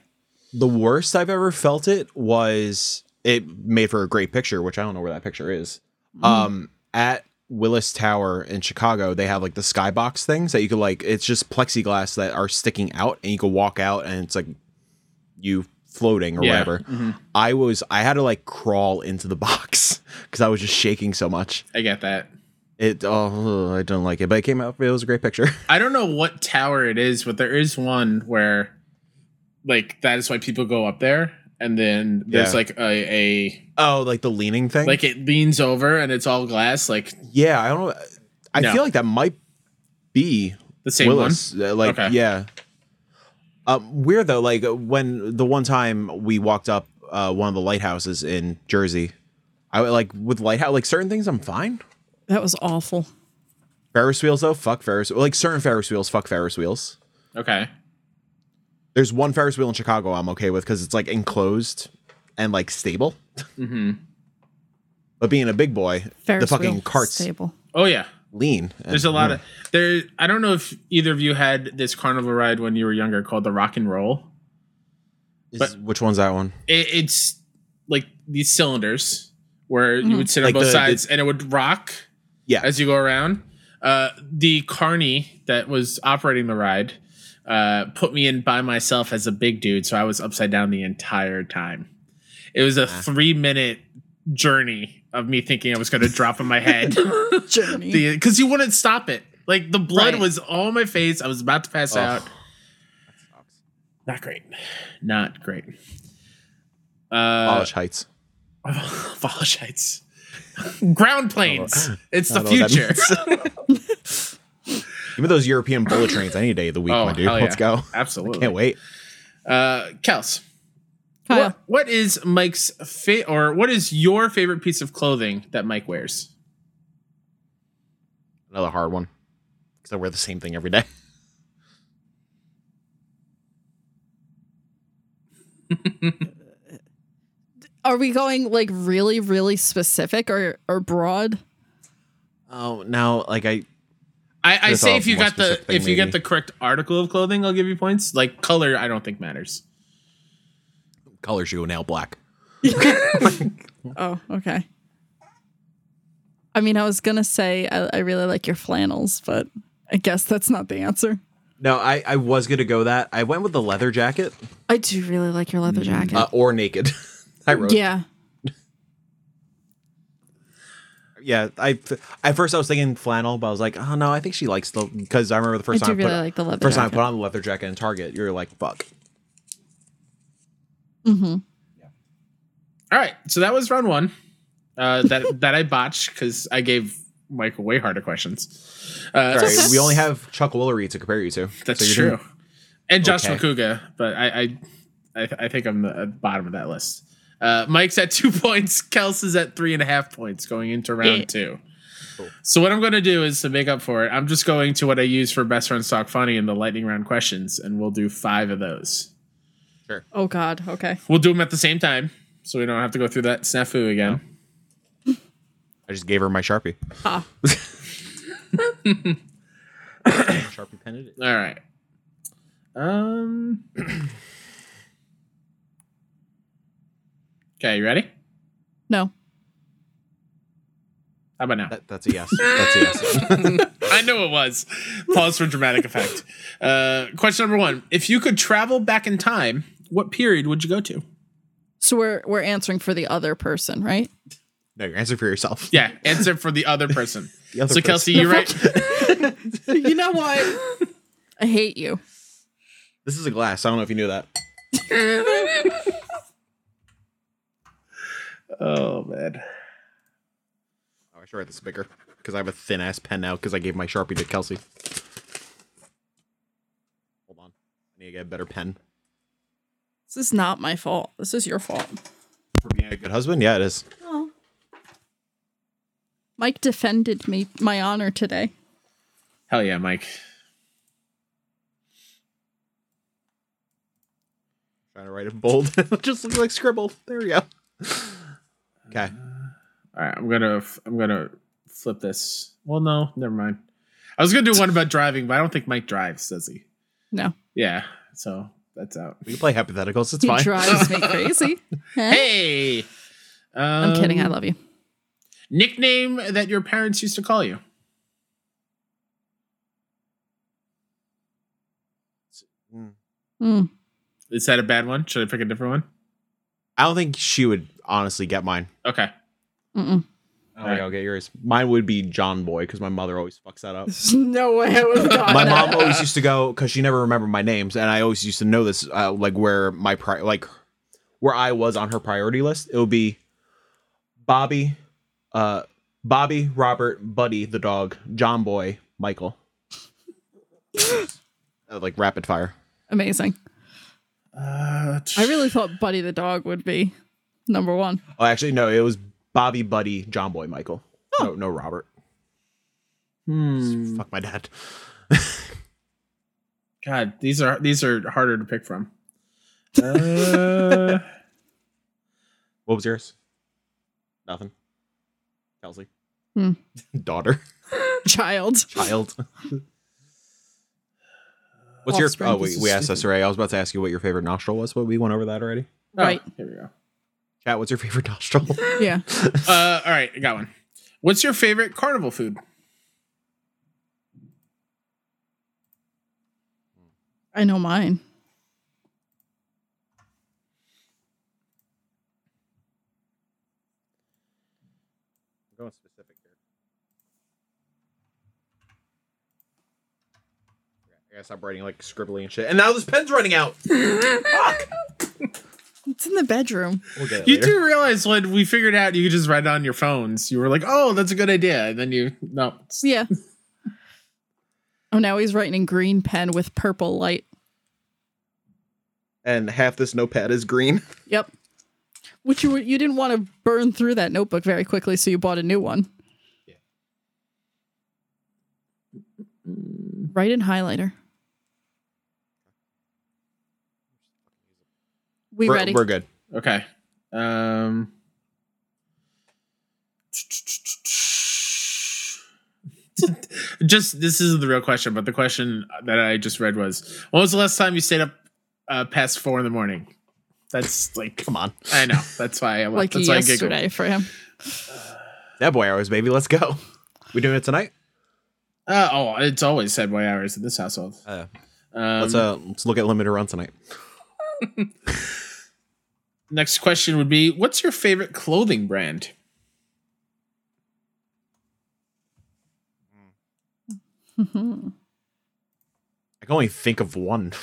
B: The worst I've ever felt it was it made for a great picture, which I don't know where that picture is.
A: Hmm.
B: Um at Willis Tower in Chicago, they have like the skybox things that you could like it's just plexiglass that are sticking out and you could walk out and it's like you floating or
A: Yeah. Mm-hmm.
B: whatever. I was I had to like crawl into the <laughs> box because I was just shaking so much.
A: I get that.
B: It oh I don't like it, but it came out. It was a great picture. <laughs>
A: I don't know what tower it is, but there is one where like that is why people go up there and then there's
B: Yeah.
A: like a, a
B: Oh, like the leaning thing.
A: like it leans over and it's all glass, like
B: yeah, I don't. know. I
A: No.
B: feel like that might be
A: the same
B: Willis. Uh, Like
A: Okay.
B: yeah. Um, weird though. Like when the one time we walked up uh, one of the lighthouses in Jersey, I would, like with lighthouse like certain things I'm fine.
C: That was awful.
B: Ferris wheels though, fuck Ferris. Like certain Ferris wheels, fuck Ferris wheels.
A: one. Okay.
B: There's one Ferris wheel in Chicago I'm okay with because it's like enclosed and like stable.
A: Mm-hmm.
B: <laughs> But being a big boy,
C: Ferris
B: the fucking
C: wheel
B: carts
C: stable.
A: Oh yeah.
B: lean.
A: There's a lot of there I don't know if either of you had this carnival ride when you were younger called the rock and roll. but-
B: which one's that one?
A: It, it's like these cylinders where you would sit on
B: Like
A: both
B: the-
A: sides and it would rock
B: Yeah,
A: as you go around. Uh, the carney that was operating the ride uh, put me in by myself as a big dude, so I was upside down the entire time. It was a three minute journey of me thinking I was going to drop on my head
C: <laughs> Journey.
A: because you wouldn't stop it. Like the blood
C: Right.
A: was all on my face. I was about to pass
B: Oh.
A: out. Not great. Not great. Uh,
B: Polish Heights.
A: <laughs> Apologize. Ground planes. <laughs> It's the
B: I don't know what that
A: future. <laughs>
B: Even those European bullet trains, any day of the week, my dude.
A: Oh, hell yeah.
B: Let's go.
A: Absolutely.
B: Can't wait.
A: Uh, Kels,
C: Kyle,
A: what, what is Mike's fa- or what is your favorite piece of clothing that Mike wears?
B: Another hard one because I wear the same thing every day.
C: are we going like really, really specific or or broad?
B: Oh, now like I
A: I, I
B: That's
A: say
B: all
A: if you
B: more
A: got the
B: specific thing,
A: if you get
B: maybe.
A: the correct article of clothing, I'll give you points. Like color, I don't think matters.
B: colors you a nail black.
C: Oh, okay. I mean, I was gonna say I, I really like your flannels, but I guess that's not the answer.
B: No, I I was gonna go that. I went with the leather jacket
C: I do really like your leather jacket.
B: uh, or naked. <laughs> I wrote.
C: yeah,
B: yeah i at first i was thinking flannel but i was like oh no i think she likes the because i remember the first
C: I do
B: time
C: really
B: I put,
C: like the leather
B: first time i
C: jacket.
B: put on the leather jacket in target you're like fuck
C: Mm-hmm.
A: All right, so that was round one. uh, that <laughs> that I botched because I gave Michael way harder questions. Uh,
B: Sorry, we only have Chuck Woolery to compare you to.
A: That's
B: So you're
A: true.
B: doing-
A: and Josh
B: Okay.
A: Makuga, but I, I, I, I think I'm the uh, bottom of that list. Uh, Mike's at <laughs> two points. Kels is at three and a half points going into round
C: Yeah.
A: two. So what I'm going to do is to make up for it, I'm just going to what I use for best friends talk funny in the lightning round questions, and we'll do five of those.
C: Oh God. Okay.
A: We'll do them at the same time, so we don't have to go through that snafu again.
B: I just gave her my
A: <clears throat>
B: sharpie.
C: Ah.
B: sharpie pen it.
A: All right. Um. <clears throat> okay, you ready?
C: No.
A: How about now?
B: That, that's a yes. That's a
A: <laughs>
B: yes.
A: I know it was. Pause for dramatic effect. Uh, question number one: If you could travel back in time, what period would you go to?
C: So we're we're answering for the other person, right?
B: no, you're answering for yourself.
A: Yeah, answer for the other person.
B: The other
A: so, Kelsey, you're right.
C: you know what? <laughs> I hate you.
B: This is a glass. I don't know if you knew that.
A: <laughs> Oh man.
B: Oh, I should write this bigger because I have a thin ass pen now because I gave my sharpie to Kelsey. Hold on, I need to get a better pen
C: This is not my fault. This is your fault.
B: for being a good husband. Yeah, it is.
C: Oh. Mike defended me my honor today.
A: Hell yeah, Mike.
B: trying to write it bold, <laughs> it just looks like scribbled. There we go. Okay,
A: All right, I'm gonna f- I'm gonna flip this. Well, no, never mind. I was gonna do one about driving, but I don't think Mike drives, does he?
C: No.
A: Yeah, so that's out.
B: we can play hypotheticals. It's
C: He
B: fine.
C: drives <laughs> me crazy. Huh?
A: Hey,
C: I'm kidding. I
A: Um,
C: love you.
A: Nickname that your parents used to call you.
B: Mm.
C: Mm.
A: Is that a bad one? Should I pick a different one?
B: I don't think she would honestly get mine.
A: Okay.
C: Mm-mm.
B: Oh, I'll get yours. Mine would be John Boy because my mother always fucks that up.
C: There's <laughs> no way Oh, I would have <laughs> gotten
B: my mom always used to go because she never remembered my names, and I always used to know this, uh, like where my pri- like where I was on her priority list. It would be Bobby, uh, Bobby, Robert, Buddy, the dog, John Boy, Michael. Uh, like rapid fire.
C: Amazing.
A: Uh,
C: I really thought Buddy the dog would be number one.
B: Oh, actually, no, it was Bobby, Buddy, John Boy, Michael. No, no, Robert.
A: Hmm.
B: Fuck my dad.
A: God, these are these are harder to pick
C: <laughs>
A: from. Uh,
B: What was yours? Nothing. Kelsey.
C: Hmm.
B: <laughs> Daughter.
C: Child.
B: child. <laughs> What's your?
C: Offspring,
B: Oh
A: this
B: wait,
A: is
B: we asked this
A: stupid.
B: already. I was about to ask you what your favorite nostril was, but we went over that already.
A: oh,
C: Right.
A: Here we go.
B: Chat, what's your favorite <laughs> nostril?
C: Yeah.
A: Uh, all right, I got one. What's your favorite carnival food?
C: I know mine.
B: going specific here. I gotta stop writing like scribbly and shit. And now this pen's running out.
C: It's in the bedroom.
B: We'll get it
A: You
B: later.
A: do realize when we figured out you could just write it on your phones, you were like, "Oh, that's a good idea," and then you no.
C: Yeah. Oh, now he's writing in green pen with purple light.
B: And half this notepad is green.
C: Yep. Which you were, you didn't want to burn through that notebook very quickly, so you bought a new one.
B: Yeah.
C: Write in highlighter. We
B: are
C: ready?
B: We're good.
A: Okay. Um. Just this isn't the real question, but the question that I just read was: When was the last time you stayed up uh, past four in the morning? That's like
B: Come on,
A: I know. That's why I
C: like
A: that's Why I
C: yesterday for him. <laughs>
B: that boy hours, baby. Let's go. We doing it tonight?
A: giggle. Uh, oh, it's always said boy hours in this household.
B: Uh,
A: Um,
B: let's uh, let's look at limited run tonight.
A: next question would be: What's your favorite clothing brand?
B: I can only think of one. <laughs>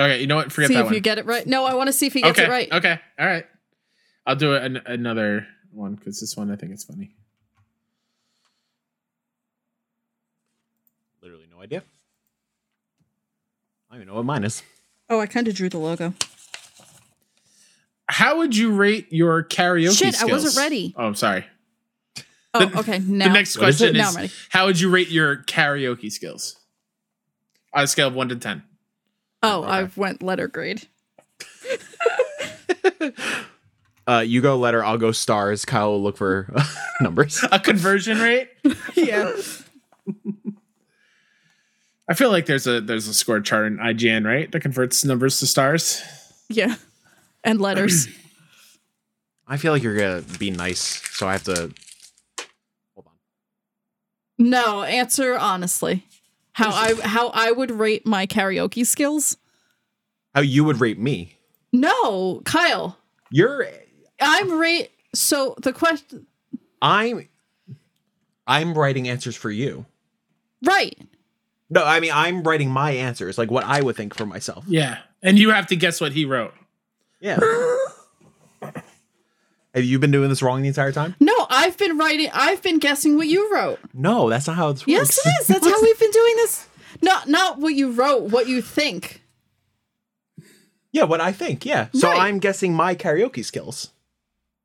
A: Okay, you know what? Forget
C: see
A: that
C: if
A: one.
C: you get it right. No, I want to see if he gets
A: okay,
C: it right.
A: okay, all right. I'll do an, another one because this one I think is funny.
B: Literally no idea. I don't even know what mine is.
C: Oh, I kind of drew the logo.
A: How would you rate your karaoke?
C: Shit, I
A: skills?
C: wasn't ready.
A: Oh, I'm sorry.
C: Oh, okay. Now
A: The next
B: What is
A: question
C: it?
A: is,
C: Now I'm ready.
A: how would you rate your karaoke skills on a scale of one to ten?
C: Oh, I went letter grade.
B: Uh, you go letter, I'll go stars. Kyle will look for <laughs> numbers.
A: A
C: <laughs>
A: conversion rate? <laughs> yeah. I feel like there's a there's a score chart in IGN, right? That converts numbers to stars.
C: Yeah. And letters.
B: I feel like you're gonna be nice, so I have to. Hold on.
C: no, answer honestly. How I how I would rate my karaoke skills?
B: How you would rate me?
C: No, Kyle.
B: You're,
C: I'm rate so the question
B: I'm, I'm writing answers for you.
C: right.
B: No, I mean I'm writing my answers, like what I would think for myself.
A: Yeah. And you have to guess what he wrote.
B: Yeah. have you been doing this wrong the entire time?
C: No, I've been writing I've been guessing what you wrote.
B: No, that's not how this works.
C: Yes, it is. That's how we've been doing this. Not not what you wrote, what you think.
B: Yeah, what I think. Yeah. So
C: Right.
B: I'm guessing my karaoke skills.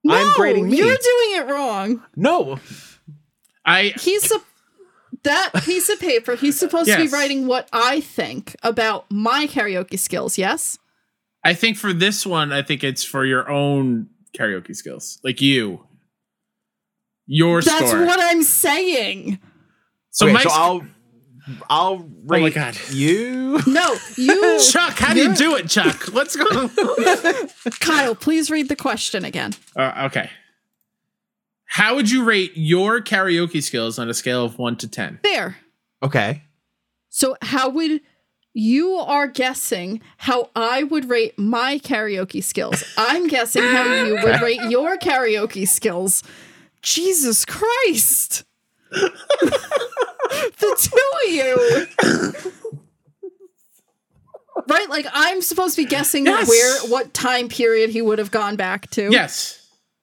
C: No,
B: I'm grading me.
C: You're doing it wrong.
B: No.
A: I
C: he's sup- that piece of paper he's supposed to
A: Yes.
C: be writing what i think about my karaoke skills yes
A: I think for this one, I think it's for your own karaoke skills. Like you. Your
C: that's
A: score.
C: what i'm saying
A: so
B: okay,
A: my
B: so
A: sc-
B: I'll I'll rate
A: God.
B: you.
C: no you
B: <laughs>
A: Chuck, how do you do it, Chuck? Let's go.
C: kyle please read the question again
A: <laughs> Uh, okay. How would you rate your karaoke skills on a scale of one to ten?
C: there
B: Okay.
C: so how would you are guessing how i would rate my karaoke skills i'm guessing how you would rate your karaoke skills jesus christ <laughs> the two of you. right? Like I'm supposed to be guessing
A: Yes.
C: where what time period he would have gone back to.
A: Yes.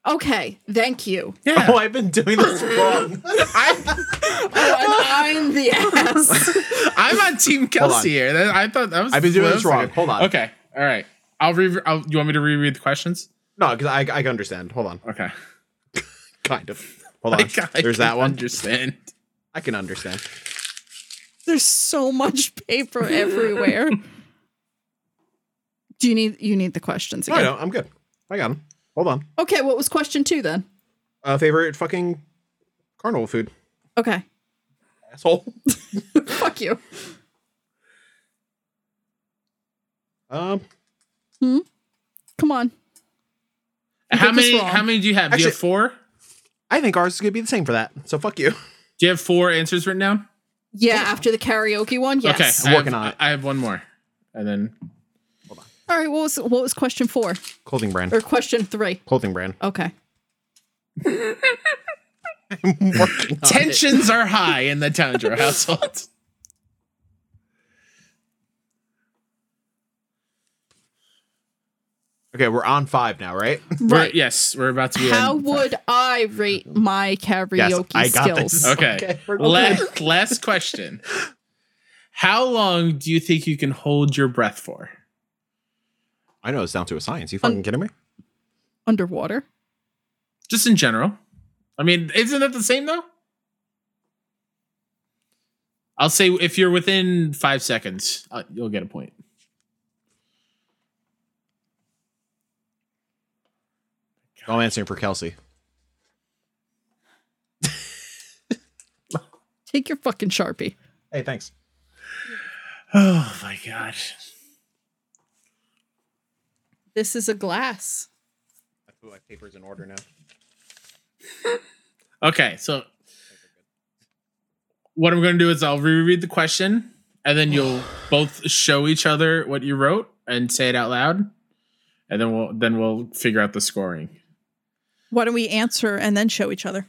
C: Okay, thank you.
A: Yeah.
B: Oh, I've been doing this wrong.
A: I,
C: Oh, and I'm the <laughs> ass.
A: <laughs> I'm on Team
B: on.
A: Kelsey here. That- I thought that was.
B: I've been doing
A: that
B: this
A: was
B: wrong.
A: good.
B: Hold on.
A: Okay. All right. I'll re. I'll, you want me to reread the questions?
B: no, because I I can understand. Hold on.
A: Okay.
B: Kind of. Hold on.
A: <laughs> Like, I
B: There's that
A: can
B: one.
A: Understand.
B: I can understand.
C: There's so much <laughs> paper everywhere. Do you need you need the questions
B: No, I
C: again?
B: don't. I'm good. I got him. Hold on.
C: Okay, what was question two then?
B: Uh, favorite fucking carnival food.
C: Okay.
B: Asshole.
C: Fuck you.
B: <laughs> Um.
C: Come on. <laughs> You
A: How
C: did this
A: many?
C: wrong.
A: How many do you have? do you have
B: Actually-
A: four?
B: I think ours is gonna be the same for that. So fuck you.
A: Do you have four answers written down?
C: Yeah, after the karaoke one? Yes.
A: Okay.
B: I'm
A: I
B: working
A: have-
B: on it.
A: I have one more,
B: <laughs>
A: and then
C: All right, what was what was question four?
B: Clothing brand.
C: Or question three.
B: Clothing brand.
C: Okay.
B: I'm working on it.
A: tensions are high in
B: <laughs>
A: the Tundra household.
B: Okay, we're on five now, right?
A: Right. yes, we're about to be.
C: How
A: in-
C: would I rate my karaoke
B: I got this.
C: skills?
A: Okay.
B: Okay, we're good.
A: Last, <laughs> last question. How long do you think you can hold your breath for?
B: I know it's down to a science. You fucking kidding me?
C: Underwater.
A: Just in general. I mean, isn't that the same though? I'll say if you're within five seconds, uh, you'll get a point.
B: I'm answering for Kelsey.
C: Take your fucking Sharpie.
B: Hey, thanks.
A: Oh my god!
C: This is a glass.
B: I put my papers in order now.
A: Okay, so what I'm going to do is I'll reread the question, and then you'll both show each other what you wrote and say it out loud, and then we'll then we'll figure out the scoring.
C: Why don't we answer and then show each other?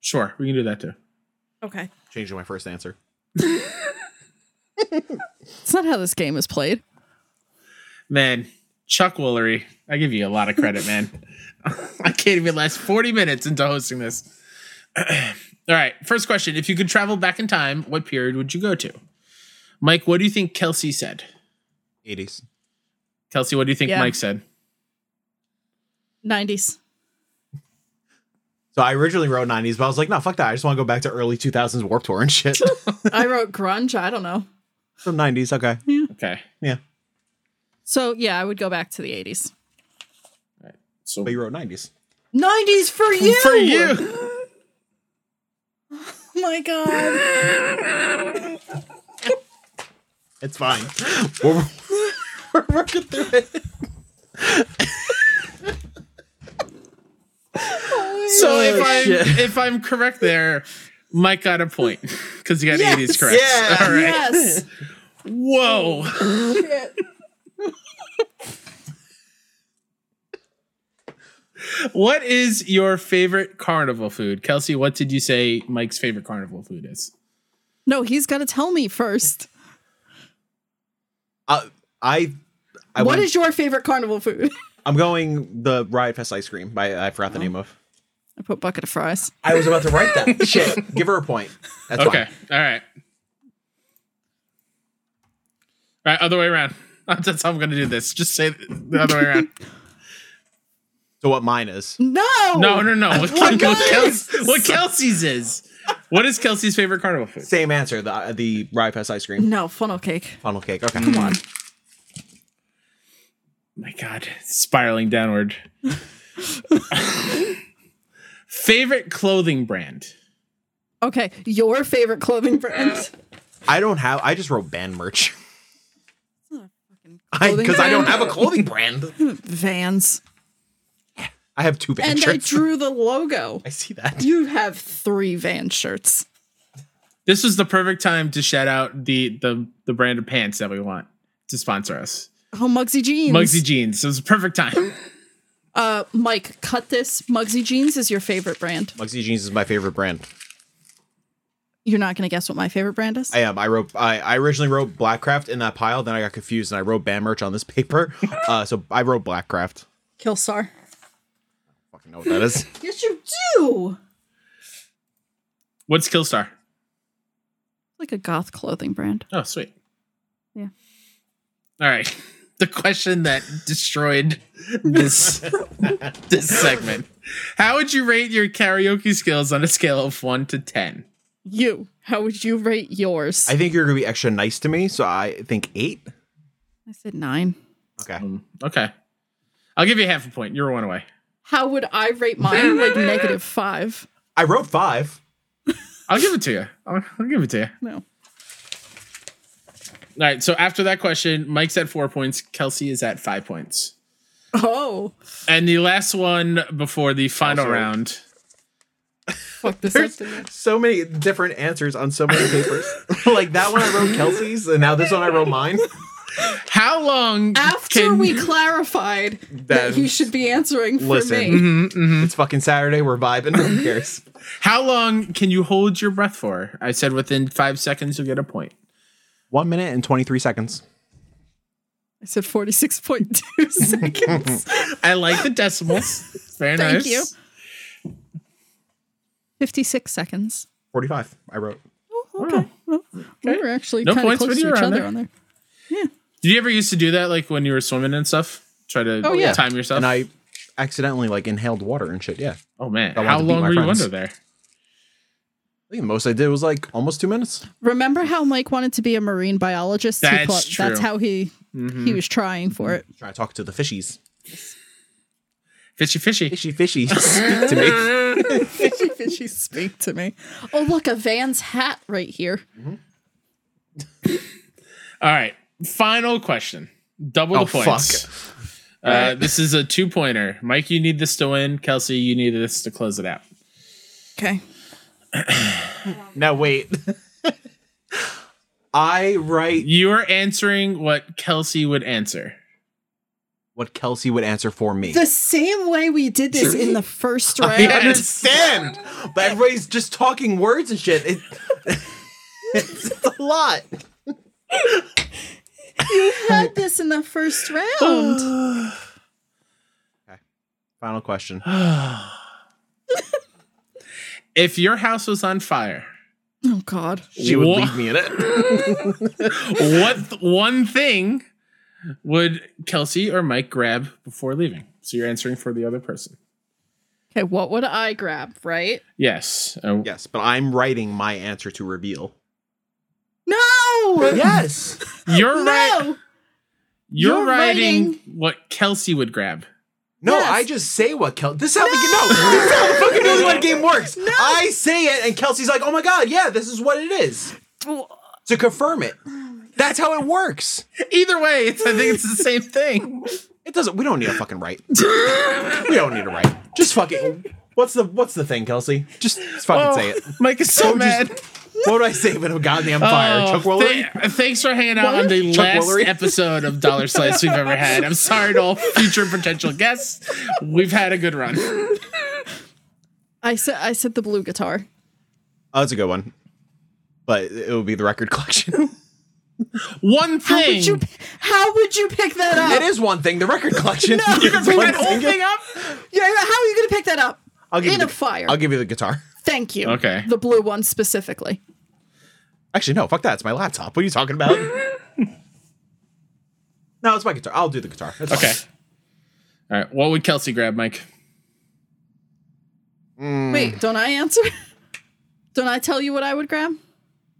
A: Sure, we can do that too.
C: Okay.
B: Changing my first answer.
C: It's not how this game is played.
A: Man, Chuck Woolery, I give you a lot of credit, man. <laughs> I can't even last 40 minutes into hosting this. <clears throat> All right, first question. If you could travel back in time, what period would you go to? Mike, what do you think Kelsey said?
D: 80s.
A: Kelsey, what do you think
C: Yeah.
A: Mike said?
C: 90s.
B: So I originally wrote 90s, but I was like, no, fuck that. I just want to go back to early 2000s Warp Tour and
C: <laughs>
B: shit.
C: I wrote grunge. I don't know.
B: From 90s, okay.
A: Okay.
B: Yeah.
C: So yeah, I would go back to the 80s.
A: So
B: But you wrote 90s.
C: 90s for you.
A: for you.
C: Oh my god.
B: It's fine. we're, we're working through it.
A: So if
B: Oh,
A: I'm
B: shit.
A: if I'm correct there, Mike got a point because you got
C: Yes.
A: 80s correct.
B: Yeah.
A: <laughs> All right.
C: Yes.
A: Whoa. What is your favorite carnival food? Kelsey, what did you say Mike's favorite carnival food is?
C: No, he's got to tell me first.
B: Uh, I, I
C: What
B: went-
C: is your favorite carnival food? <laughs>
B: I'm going the Riot Fest ice cream. I, I
C: Oh.
B: forgot the name of.
C: I put bucket of fries.
B: I was about to write
C: <laughs>
B: that. shit. Give her a point. That's
A: Okay.
B: fine.
A: All right. All right. Other way around. <laughs> That's how I'm going to do this. Just say the other way around.
B: So what mine is?
C: No.
B: <laughs>
A: No, no, no. What, what,
C: goodness.
A: Kelsey, what Kelsey's is. What is Kelsey's favorite carnival food?
B: Same answer. The uh, the Riot Fest ice cream.
C: No, funnel cake.
B: Funnel cake. Okay.
C: Come on.
A: my God. Spiraling downward. favorite clothing brand?
C: Okay, your favorite clothing brand. <laughs>
B: I don't have. I just wrote band merch.
C: clothing
B: Because I, don't
C: brand.
B: have a clothing brand.
C: Vans.
B: I have two band
C: And I
B: shirts.
C: drew the logo.
B: I see <laughs> that.
C: You have three van shirts.
A: This was the perfect time to shout out the the the brand of pants that we want to sponsor us.
C: Oh, Mugsy Jeans.
A: Mugsy Jeans. It was a perfect time.
C: Uh, Mike, cut this. Mugsy Jeans is your favorite brand.
B: Mugsy Jeans is my favorite brand.
C: You're not going to guess what my favorite brand is?
B: I am. I wrote. I, I originally wrote Blackcraft in that pile. Then I got confused and I wrote band merch on this <laughs> paper. Uh, so I wrote Blackcraft.
C: Kilsar.
B: Fucking know what that is.
C: Yes, you do.
A: What's Killstar?
C: Like a goth clothing brand.
A: Oh, sweet.
C: Yeah.
A: All right. The question that destroyed
C: <laughs>
A: this this segment. How would you rate your karaoke skills on a scale of 1 to 10?
C: You. How would you rate
B: <laughs>
C: yours?
B: I think you're gonna be extra nice to me, so I think eight.
C: I said nine.
B: Okay.
A: Okay. I'll give you half a point. You're one away.
C: How would I rate mine? <laughs> like negative five.
B: I wrote five.
A: I'll give it to you. I'll, I'll give it to you.
C: No.
A: All right. So after that question, Mike's at 4 points, Kelsey is at 5 points.
C: Oh,
A: And the last one before the final
B: Also-
A: round.
C: fuck this up. to me.
B: So many different answers on so many <laughs> papers. like that one I wrote Kelsey's, and now this one I wrote <laughs> mine.
A: How long
C: After
A: can-
C: we clarified that
B: That-
C: he should be answering for
B: Listen.
A: Mm-hmm.
C: me.
B: It's fucking Saturday. We're vibing. Who cares?
A: How long can you hold your breath for? I said within five seconds you'll get a point.
B: One minute and twenty three seconds.
C: I said
A: <laughs>
C: 46.2 <laughs> seconds.
A: I like the decimals.
C: <laughs>
A: Very
C: Thank
A: nice.
C: you. 56 seconds.
B: Forty five. I wrote.
C: Okay. Well, We were actually
A: No
C: kind of
A: points
C: close
A: when you
C: to
A: were
C: each
A: on
C: other
A: there.
C: on there.
A: Did you ever used to do that, like when you were swimming and stuff? Try to
C: Oh, yeah.
A: time yourself.
B: And I accidentally like inhaled water and shit. Yeah.
A: oh man,
B: I wanted
A: how
B: to beat
A: long
B: my
A: were you
B: friends.
A: under there?
B: I think the most I did was like almost two minutes.
C: Remember how Mike wanted to be a marine biologist? He
A: That's
C: That's
A: true. Mm-hmm.
C: how he he was trying for it.
B: Trying to talk to the fishies.
A: Fishy, fishy.
B: Fishy, fishy. <laughs> Speak to me.
C: Did she speak to me? Oh, look, a Van's hat right here.
A: All right, final question. Double
B: Oh,
A: the points. Uh, this is a two pointer. Mike, you need this to win. Kelsey, you need this to close it out.
C: Okay.
B: Now wait. <laughs> I write
A: You are answering what Kelsey would
C: <sighs>
A: answer.
B: what Kelsey would answer for me.
C: The same way we did this in the first round.
B: I understand, but everybody's just talking words and <laughs> shit. It, it's, a lot.
C: You had this in the first round.
B: Final question.
A: if your house was on fire,
C: <gasps> Oh God.
B: She would
A: Wha-
B: leave me in it.
A: what th- one thing would Kelsey or Mike grab before leaving? So you're answering for the other person.
C: Okay, what would I grab? Right?
A: Yes. Uh,
B: yes, but I'm writing my answer to reveal.
C: No.
B: Yes.
A: You're right.
C: No.
A: You're,
C: You're
A: writing,
C: writing-
A: what Kelsey would grab.
B: No,
C: Yes.
B: I just say what Kel. This is how we get. No, this is how the fucking New
C: <laughs>
B: Zealand game works. I say it, and Kelsey's like, "Oh my god, yeah, this is what it is." To confirm it.
C: oh
B: That's how it works.
A: Either way, it's, I think it's the
B: <laughs>
A: same thing.
B: It doesn't. We don't need a fucking right. <laughs> we don't need a right. Just fucking. What's the What's the thing, Kelsey? Just, just fucking
A: Oh,
B: say it.
A: Mike is so
B: Don't just-
A: mad.
C: Oh.
B: What do I say when I'm goddamn fire?
A: Oh,
B: Chuck Woolery.
A: th- thanks for hanging out on the
B: Chuck
A: last
B: Woolery?
A: episode of Dollar Slice we've ever had. I'm sorry to all future potential guests. We've had a good run.
C: I said I said the blue guitar.
B: Oh, that's a good one. But it will be the record collection.
A: One
C: How
A: thing.
C: would you How would you pick
B: <laughs>
C: that
B: it
C: up?
B: is one thing. The record collection. You can <laughs>
A: Pick
B: one
A: that whole
B: single-
A: thing up?
C: Yeah, how are you going to pick that up?
B: I'll give
C: in
B: you
C: a
B: the-
C: fire.
B: I'll give you the guitar.
C: Thank you.
A: Okay.
C: The blue one specifically.
B: Actually, no, fuck that. It's my laptop. What are you talking about? no, it's my guitar. I'll do the guitar. It's
A: Okay.
B: fine.
A: All right. What would Kelsey grab, Mike?
B: Hmm.
C: Wait, don't I answer? <laughs> don't I tell you what I would grab?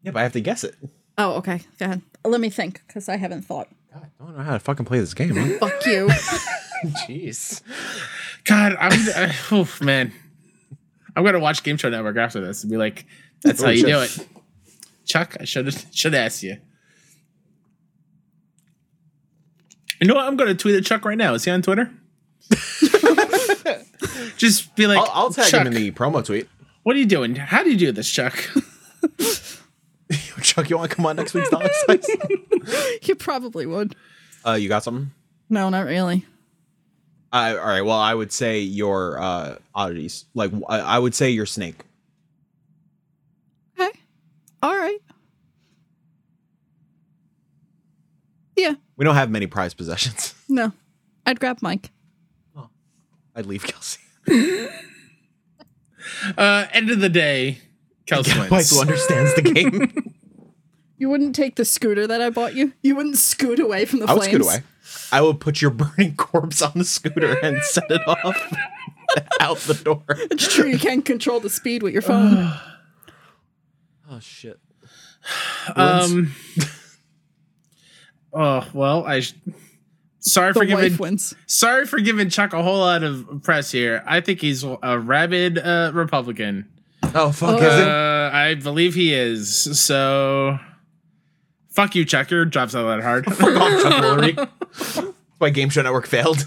B: Yeah, but I have to guess it.
C: Oh, okay. Go ahead. Let me think because I haven't thought.
B: God, I don't know how to fucking play this game. <laughs> Huh?
C: Fuck you. <laughs>
B: Jeez.
A: God, I'm. I, <sighs> oh man, I'm gonna watch Game Show Network after this and be like, "That's how
B: Oh,
A: you do it." Chuck, I should have should ask you. You know what? I'm gonna tweet at Chuck right now. Is he
B: <laughs>
A: on Twitter? Just be like,
B: I'll, I'll tag
A: Chuck,
B: him in the promo tweet. <laughs>
A: What are you doing? How do you do this, Chuck? <laughs>
B: Chuck, you want to come on next week's Dollar Slice?
C: you probably would.
B: uh, you got something?
C: No, not really.
B: Uh, all right. Well, I would say your uh, oddities. Like, I, I would say your snake.
C: Okay. All right. Yeah.
B: We don't have many prized possessions. <laughs>
C: No. I'd grab Mike.
B: I'd leave <laughs> Kelsey.
A: Uh, end of the day, Kelsey
B: Wife
A: wins.
B: who understands the game.
C: You wouldn't take the scooter that I bought you. You wouldn't scoot away from the
B: I would
C: flames.
B: scoot
C: <laughs>
B: away. I would put your burning corpse on the scooter and set it off <laughs> out the door.
C: It's true. You can't control the speed with
B: <sighs>
C: your phone.
B: Oh shit.
A: Um. <laughs> oh well, I. Sh- sorry
C: the
A: for giving
B: <laughs>
C: wife wins.
A: sorry for giving Chuck a whole lot of press here. I think he's a rabid uh, Republican.
B: Oh fuck!
A: Uh,
B: Is it?
A: I believe he is. So, fuck you, Chuck. Your job's not that hard.
B: <laughs> Fuck Chuck
A: <laughs>
B: Woolery. That's why Game Show Network failed.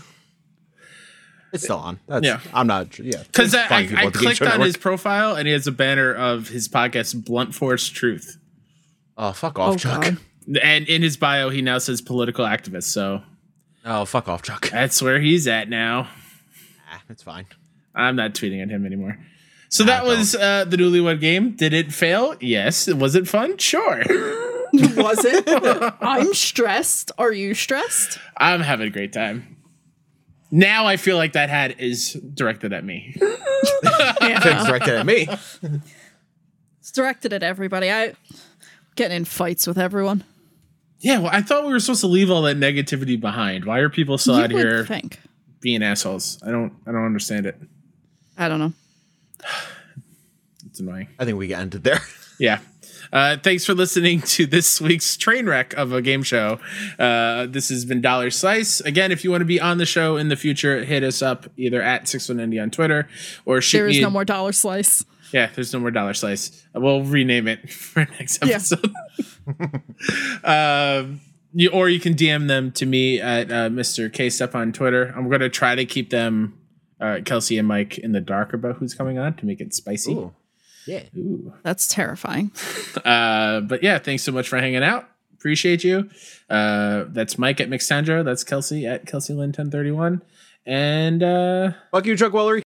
B: It's still on. That's,
A: Yeah.
B: I'm not. Yeah,
A: Because I,
B: Fine
A: I,
B: people
A: I
B: at the Game
A: clicked
B: Show
A: on
B: Network.
A: his profile and he has a banner of his podcast, Blunt Force Truth.
B: Oh fuck off,
C: Oh,
B: Chuck.
C: God.
A: And in his bio, he now says political activist. So
B: Oh fuck off, Chuck.
A: that's where he's at now.
B: Ah, it's fine.
A: I'm not tweeting at him anymore. So that was uh, the newlywed game. Did it fail? Yes. Was it fun? Sure.
C: Was it? I'm stressed. Are you stressed?
A: I'm having a great time. Now I feel like that hat is directed at me.
B: It's directed at me.
C: It's directed at everybody. I getting in fights with everyone.
A: Yeah, well, I thought we were supposed to leave all that negativity behind. Why are people still out
C: you would
A: here
C: think.
A: being assholes? I don't, I don't understand it.
C: I don't know.
A: It's annoying.
B: I think we got ended there. <laughs>
A: Yeah. Uh, thanks for listening to this week's train wreck of a game show. Uh, this has been Dollar Slice. Again, if you want to be on the show in the future, hit us up either at 6190 on Twitter or shoot
C: There is
A: me
C: no
A: a-
C: more dollar slice.
A: Yeah, there's no more dollar slice. We'll rename it <laughs> for next
C: Yeah.
A: episode. <laughs> um, you, or you can DM them to me at uh, Mr. K Step on Twitter. I'm going to try to keep them, uh, Kelsey and Mike, in the dark about who's coming on to make it spicy.
B: Yeah.
A: Ooh.
C: That's terrifying.
A: Uh, but yeah, thanks so much for hanging out. Appreciate you. Uh, that's Mike at Mixandro. That's Kelsey at Kelsey Lynn 1031. And. Uh,
B: Fuck you, Chuck Woolery.